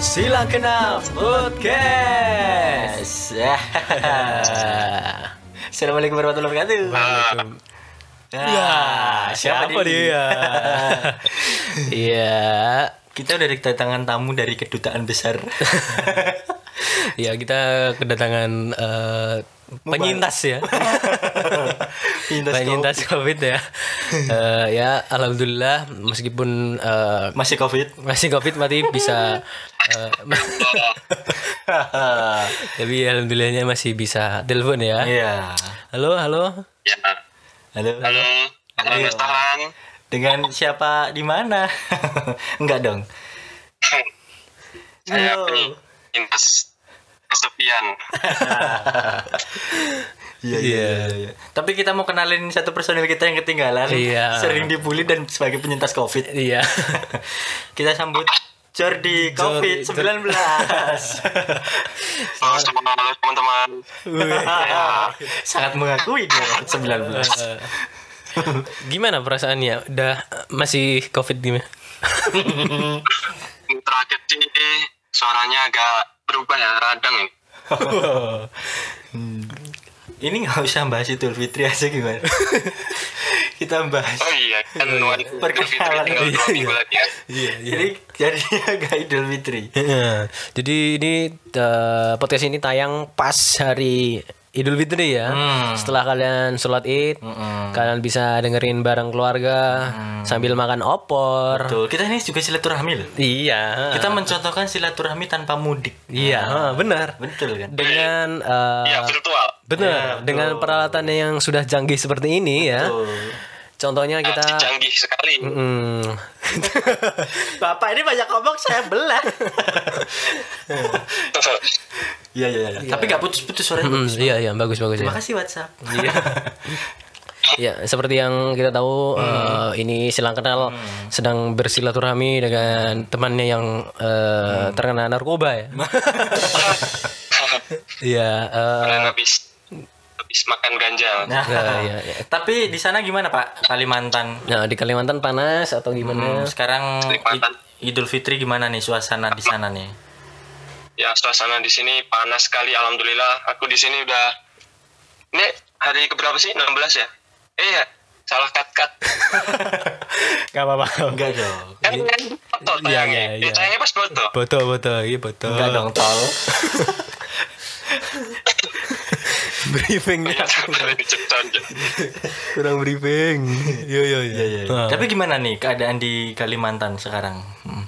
Silang Kenal Podcast. Assalamualaikum warahmatullahi wabarakatuh. Iya, Assalamualaikum. Ah, Ya, siapa, siapa dia? dia? Iya, kita udah kedatangan tamu dari kedutaan besar. Ya kita kedatangan eh, penyintas ya. Pintas penyintas COVID ya. Eh, ya alhamdulillah meskipun eh, kau. masih Covid. masih COVID mati bisa eh, tapi alhamdulillahnya masih bisa telepon ya. Iya. Halo, halo. Ya. Halo. Halo. Halo Ayo. Mas Talang. Dengan siapa di mana? Enggak dong. Saya Halo. penyintas kesepian. Iya, iya, iya, iya. Tapi kita mau kenalin satu personil kita yang ketinggalan, Iya. sering dibully dan sebagai penyintas COVID. Iya. kita sambut Jordi COVID 19. Halo semua, halo teman-teman. Sangat mengakui dia COVID 19. Eh, gimana perasaannya? Udah eh, masih COVID gimana? Terakhir sih suaranya agak berubah ya, radang ya. Hmm. Ini nggak usah bahas Idul Fitri aja gimana? kita bahas. Oh iya, kan Wan Idul Fitri Perkenalan. tinggal dua Iya, minggu iya. lagi ya. Iya, Jadi jadi agak Idul Fitri. Iya. Jadi ini eh, podcast ini tayang pas hari Idul Fitri ya. Hmm, Setelah kalian sholat Id, kalian bisa dengerin bareng keluarga Hmm. sambil makan opor. Betul. Kita ini juga silaturahmi loh. Iya. Kita mencontohkan silaturahmi tanpa mudik. iya, heeh, benar. Betul kan? Iya, Dengan eh, Iya, virtual. benar, dengan peralatan yang sudah canggih seperti ini ya. Betul. Ah, Contohnya Pasti kita canggih sekali. Ah. Hmm. Bapak ini banyak ngomong saya belah. Iya iya iya. Tapi nggak putus-putus suaranya. Hmm, iya iya bagus bagus ya. Terima kasih WhatsApp. Ya, seperti yang kita tahu Hmm. eh, ini silang kenal sedang bersilaturahmi dengan temannya yang Hmm. eh, terkena narkoba ya. Iya, eh, Kalian habis habis makan ganja. Nah, Nah, iya, iya. Tapi di sana gimana Pak Kalimantan? Hmm, nah di Kalimantan panas atau gimana? Sekarang Kalimantan. I- Idul Fitri gimana nih suasana di sana nih? Ya, suasana di sini panas sekali. Alhamdulillah, aku di sini udah ini hari keberapa sih? 16 ya? Eh, ya. salah cut-cut. Gak apa-apa. Enggak dong. kan kan foto Iya, tayangnya iya, iya. ya, tayangnya pas foto Betul betul, iya betul. Enggak dong tol. briefingnya banyak sekali di Jepang kurang briefing. Yo yo yo. Iya, iya, iya. Tapi gimana nih keadaan di Kalimantan sekarang? Hmm.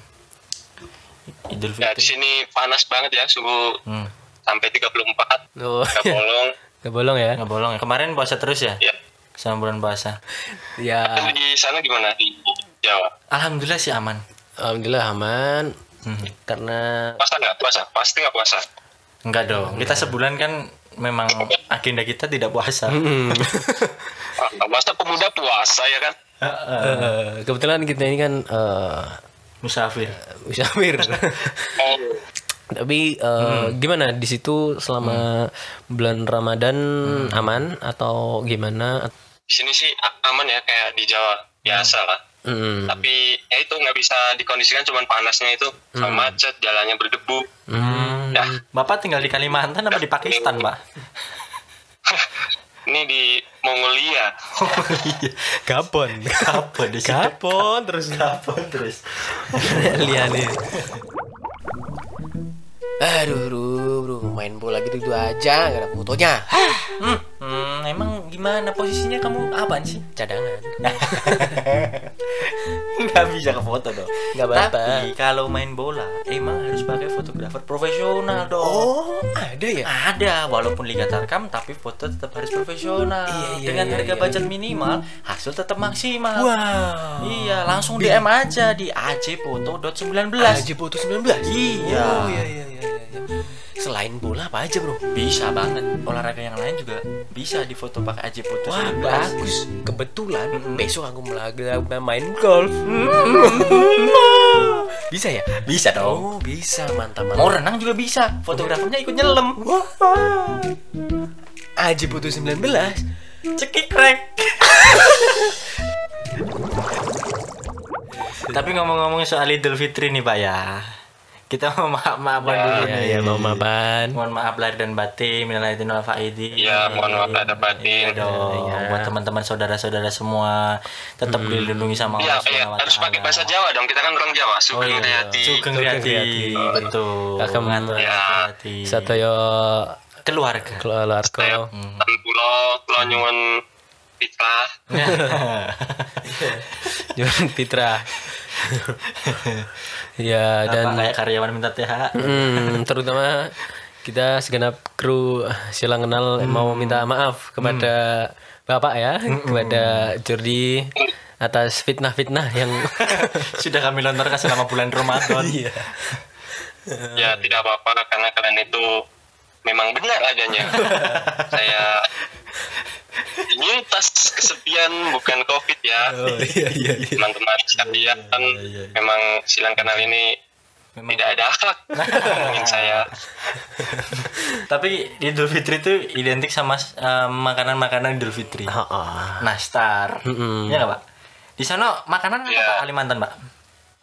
Idul Iya. ya di Fitri. sini panas banget ya suhu Hmm. sampai 34 Oh, nggak bolong Gak bolong ya? Nggak bolong ya. Kemarin puasa terus ya? ya Sama bulan puasa. Ya, Dan di sana gimana di Jawa Alhamdulillah sih aman. alhamdulillah aman. Hmm. Karena puasa nggak puasa pasti nggak puasa Enggak dong. Kita sebulan kan memang agenda kita tidak puasa. Ah, nggak puasa pemuda puasa ya kan Heeh. eh, kebetulan kita ini kan eh, Musafir. Musafir. oh Iya. Tapi eh, gimana di situ selama bulan Ramadan aman atau gimana? di sini sih a- aman ya kayak di Jawa biasa lah Hmm. tapi ya itu nggak bisa dikondisikan cuman panasnya itu Hmm. sama macet jalannya berdebu Dah. Bapak tinggal di Kalimantan apa di Pakistan, Pak? ini di Mongolia Oh, Gabon. Kapon di situ. Gabon terus Kapon iya. terus. liane. Aduh, bro, bro, main bola gitu-gitu aja, gak ada fotonya. Hmm, hmm, emang gimana posisinya kamu apaan sih? Cadangan. Nggak bisa ke foto dong. Nggak apa-apa. Tapi kalau main bola, emang harus pakai fotografer profesional dong. Oh, ada ya? Ada, walaupun liga tarkam tapi foto tetap harus profesional. Iya, iya, Dengan iya, harga iya, budget minimal, hasil tetap maksimal. Wow. Iya, langsung DM aja di ajfoto.19. Aji Putus Iya. 19. Oh, iya, iya, iya, iya. Selain bola apa aja, Bro? Bisa banget. Olahraga yang lain juga bisa difoto pakai ajfoto Wah 19. bagus Kebetulan besok aku melakukan main golf Bisa ya? Bisa dong. Oh bisa mantap Mau mantap renang juga bisa. Fotografernya ikut nyelem. Aji Putu 19 Cekik rek. Tapi ngomong-ngomong soal Idul Fitri nih, Pak ya. Kita mau maaf maafan dulu Ya, nih. ya mau mapan. Mohon maaf lahir dan batin, minal aidin wal faidin. Iya, mohon maaf lahir dan batin. Iya Hmm. dong, buat teman-teman saudara-saudara semua tetap dilindungi sama Iya, Allah iya, Subhanahu wa harus pakai Ta'ala. bahasa Jawa dong. Kita kan orang Jawa. Sugeng oh, iya. Sugeng Sugeng Riyadi. Riyadi. Betul. Kagem. Mengatur Ya. hati. Sadaya keluarga. keluarga. Hmm. Tan pulo, kula nyuwun pitah. Jualan Fitra. ya Dan dan kayak karyawan minta THR. Hmm, terutama kita segenap kru silang kenal Hmm. mau minta maaf kepada Bapak ya, kepada Jordi atas fitnah-fitnah yang Sudah kami lontarkan selama bulan Ramadan. Iya. Eh, iya. Ya, tidak apa-apa karena kalian itu memang benar adanya. Saya nyintas kesepian bukan covid ya Oh, iya iya iya. teman-teman sekalian memang silang kenal ini Memang. tidak ada akhlak ngomongin saya Tapi Idul Fitri itu identik sama eh, makanan-makanan Idul Fitri. Nastar. Mm-mm. Iya nggak, Pak? Di sana makanan apa, Iya. Pak Kalimantan, Pak?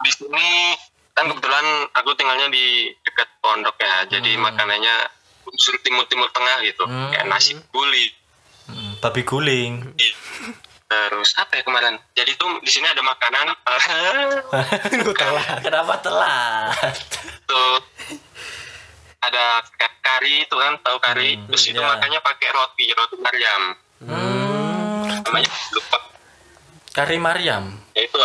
di sini kan kebetulan aku tinggalnya di dekat pondok ya jadi makanannya unsur timur-timur tengah gitu kayak nasi guli Mm, Babi guling. terus apa ya kemarin jadi tuh di sini ada makanan telat. Kenapa telat? tuh ada ka- kari itu kan tahu kari terus itu iya. makannya pakai roti roti mariam namanya lupa Kari Mariam. ya itu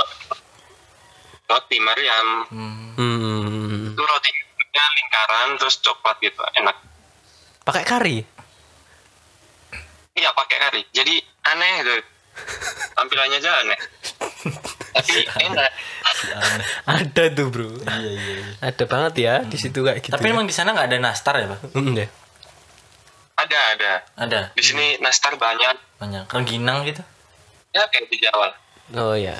roti mariam Hmm. itu rotinya lingkaran terus coklat gitu enak Pakai kari. Iya pakai kari. Jadi aneh gitu. Tampilannya aja aneh. Tapi enak. Ada tuh, Bro. Iya iya. iya. Ada banget ya di situ kayak gitu. Tapi ya. emang di sana nggak ada nastar ya, Pak? Mm, ya. Ada ada. Ada. Di sini Hmm. nastar banyak. Banyak. Rengginang gitu. Ya kayak di Jawa. Oh ya.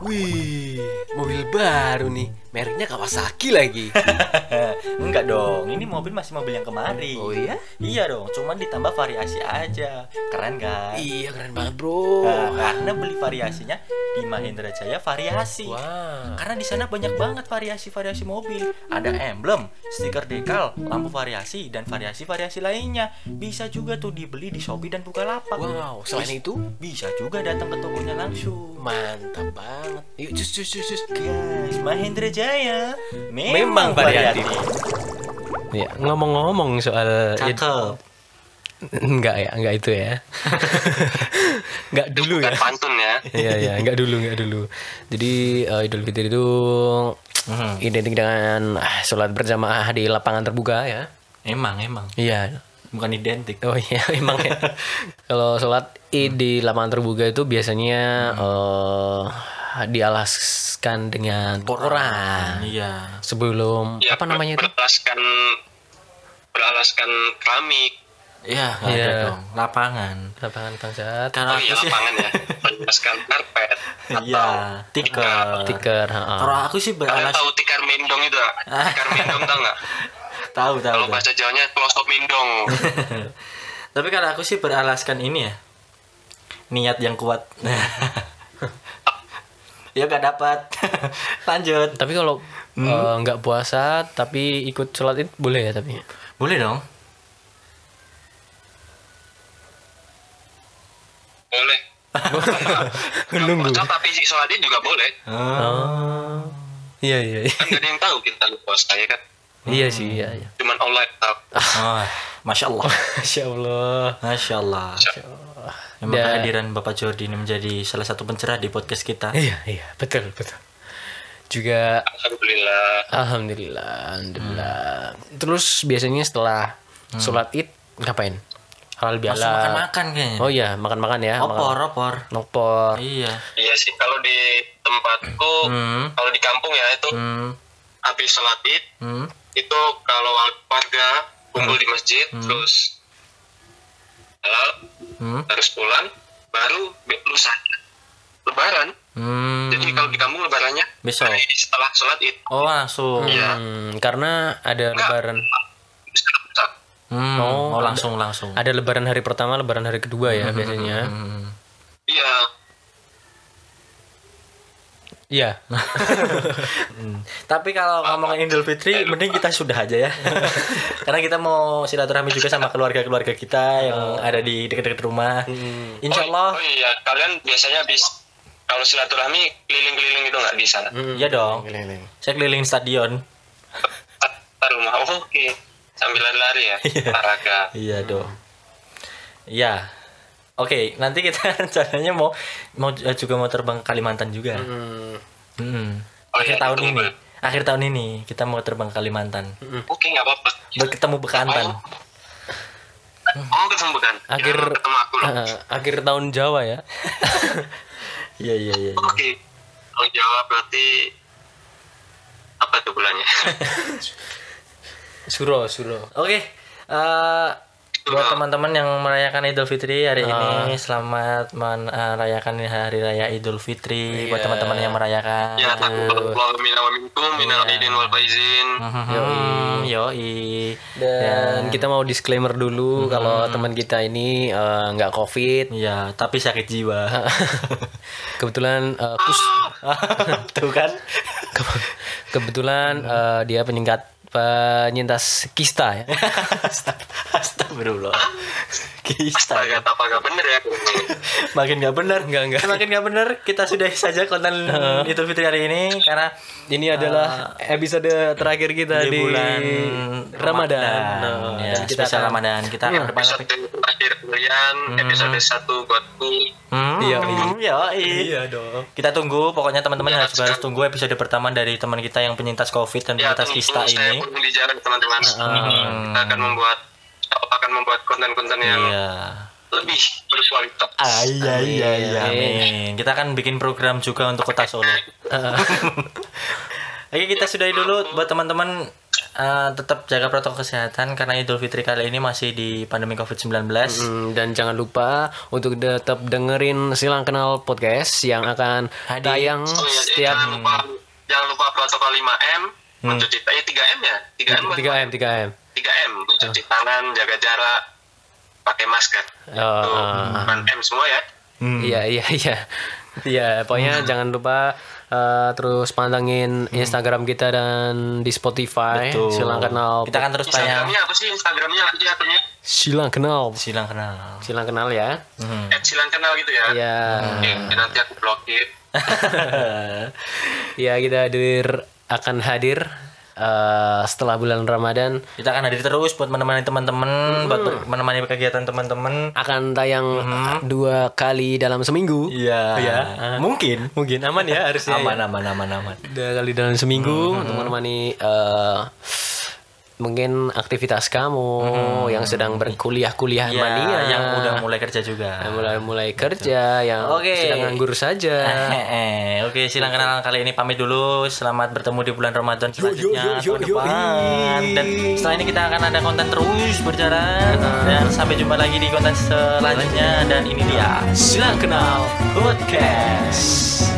Wih, mobil baru nih. Mereknya Kawasaki lagi. Enggak dong, ini mobil masih mobil yang kemarin. Oh iya? Iya dong, cuman ditambah variasi aja. Keren kan? iya, keren banget, Bro. Nah, karena beli variasinya di Mahendra Jaya variasi. Wah. Karena di sana banyak banget variasi-variasi mobil. Ada emblem, stiker dekal, lampu variasi dan variasi-variasi lainnya. Bisa juga tuh dibeli di Shopee dan Bukalapak. Wow, selain itu Bisa juga datang ke tokonya langsung. mantap banget. Yuk, cus cus cus cus. Guys, Mahendra Jaya Memang memang, variatif. Iya. Ya, ngomong-ngomong soal ya, Cakep. enggak ya, enggak itu ya. enggak dulu ya. Bukan pantun ya. Iya iya, nggak dulu nggak dulu. Jadi eh, Idul Fitri itu Mm-hmm. mm, identik dengan ah, sholat berjamaah di lapangan terbuka ya. Emang, emang. Iya. Bukan identik. Oh iya emang ya. Kalau sholat id di lapangan terbuka itu biasanya eh, dialaskan dengan koran Iya. sebelum Ya, apa namanya itu? ber- Beralaskan beralaskan keramik. Iya, nggak Iya. ada dong. Lapangan. Lapangan bangsat. Kalau Oh aku iya sih, lapangan ya. Beralaskan karpet. iya, tikar. Tikar. ha-ha. Kalau aku sih Kalian beralas tahu tikar mendong itu nggak? Ah. Tikar mendong tau nggak? tahu tahu. Kalau tahu. bahasa Jawanya pelosok mendong. Tapi kalau aku sih beralaskan ini ya. Niat yang kuat. ya gak dapat. Lanjut. Tapi kalau eh, nggak puasa tapi ikut sholat id boleh ya tapi. Boleh dong. Boleh. Nunggu. Iya. Puasa tapi sholatnya juga boleh. Oh. Iya iya. iya. Kan nggak ada yang tahu kita lu puasa ya kan. Iya sih iya. iya. Cuman Allah yang tahu. Oh, Masya Allah. Masya Allah. Masya Allah. Memang Dan- kehadiran Bapak Jordi ini menjadi salah satu pencerah di podcast kita. Iya, iya, betul, betul. Juga Alhamdulillah. alhamdulillah, alhamdulillah. Hmm. Terus biasanya setelah sholat Id ngapain? Halal Langsung bihalal. Hmm. makan-makan kayaknya. Oh iya, makan-makan ya. opor, makan- opor. Opor. Iya. Iya sih, kalau di tempatku, Hmm. kalau di kampung ya itu Hmm. habis sholat id Hmm. itu kalau warga kumpul di masjid terus halal Hmm. terus pulang baru be- lusa lebaran. Hmm. Jadi kalau di kampung lebarannya Besok. hari setelah sholat id. Oh langsung. Iya. Hmm, karena ada lebaran. Lusa, lusa. Hmm. Oh, Oh, langsung langsung. Ada lebaran hari pertama, lebaran hari kedua ya biasanya. Hmm. Iya. Iya. Tapi kalau ngomongin Idul Eh, Fitri, mending kita sudah aja ya. Karena kita mau silaturahmi juga sama keluarga-keluarga kita yang ada di dekat-dekat rumah. Insya Oh, Allah, oh iya, kalian biasanya habis kalau silaturahmi keliling-keliling gitu nggak di sana? ya dong. Saya keliling stadion. Ke rumah. Oh, oke. Sambil lari-lari ya, olahraga. Iya dong. Iya. Oke, nanti kita rencananya mau mau juga mau terbang ke Kalimantan juga. Mm-mm. Hmm. Oh, Akhir iya, tahun ditunggu. ini. Akhir tahun ini kita mau terbang ke Kalimantan. Oke, nggak apa-apa. Berketemu Bekantan. Hmm. Oh, ketemu kan? Akhir Ya, ketemu aku loh. Ah. eh, akhir tahun Jawa ya. Iya, iya, iya. iya. Oke. Kalau jawab berarti apa tuh bulannya? Suro, Suro. Oke, eh, buat teman-teman yang merayakan Idul Fitri hari Ah. ini, selamat eh, merayakan hari raya Idul Iya. Fitri. Buat teman-teman yang merayakan, ya, aku kalau minal minkum, Iya. minal aidin wal faizin. Hmm. Hmm. yoi, yoi. Ya. Dan kita mau disclaimer dulu Hmm. kalau teman kita ini eh, nggak covid. Ya, tapi sakit jiwa. Kebetulan eh, kus- Tuh kan? ke- kebetulan eh, dia peningkat penyintas kista ya. Astagfirullah. Kista. Astaga, apa nggak bener ya? Makin nggak benar. Nggak, nggak. Makin nggak benar. Kita sudah saja konten Idul Fitri hari ini karena Ini adalah episode terakhir kita di Eh, di, bulan Ramadan. Ramadan. Nah, Ya, jadi spesial kita akan- Iya. Ramadan. Kita akan berbalas- Episode terakhir kalian, episode satu buatku. Hmm, iya, iya, dong. Kita tunggu, pokoknya teman-teman harus harus tunggu episode pertama dari teman kita yang penyintas COVID dan Ya, penyintas tunggu kista saya ini. Ah. pun di jalan teman-teman. Kita akan membuat akan membuat konten-konten yang Iya. lebih berkualitas. Ah, iya, iya, iya. Amin. Kita akan bikin program juga untuk kota Solo. Oke, kita sudahi dulu buat teman-teman eh, tetap jaga protokol kesehatan karena Idul Fitri kali ini masih di pandemi COVID-19. Hmm, dan jangan lupa untuk tetap dengerin silang kenal podcast yang akan tayang Oh, iya, jadi setiap Hmm. jangan lupa, jangan lupa protokol 5M, mencuci eh 3M ya? iya. 3M 3M 3M. 3M, mencuci tangan, jaga jarak, pakai masker. Oh, Tuh, Ah. ah. bukan M semua ya. Iya iya iya. Iya, pokoknya jangan lupa eh, terus pantengin Instagram kita dan di Spotify Tuh. silang kenal. Kita akan terus tayang. Instagramnya apa sih? Instagramnya lagi aturnya? silang kenal. Silang kenal. Silang kenal ya. Eh, silang kenal gitu ya. Iya. Oke, nanti aku blokir. Mm-hmm. Iya, kita hadir akan hadir eh, setelah bulan Ramadan Kita akan hadir terus buat menemani Hmm. teman-teman, buat ber- menemani kegiatan teman-teman. akan tayang dua kali dalam seminggu. Iya. Mungkin. Ah. Mungkin aman ya harusnya. aman aman aman aman Dua kali dalam seminggu Mm-hmm. untuk menemani eh, mungkin aktivitas kamu yang sedang berkuliah-kuliah Mm-hmm. ya, mania, yang udah mulai kerja juga mulai mulai kerja, yang Oke. sedang nganggur saja. Eh, eh, Oke, silang kenalan kali ini pamit dulu. Selamat bertemu di bulan Ramadan selanjutnya yo, tahun yo, yo, depan. Dan setelah ini kita akan ada konten terus berjalan Ah. dan sampai jumpa lagi di konten selanjutnya dan ini dia Silang kenal. podcast.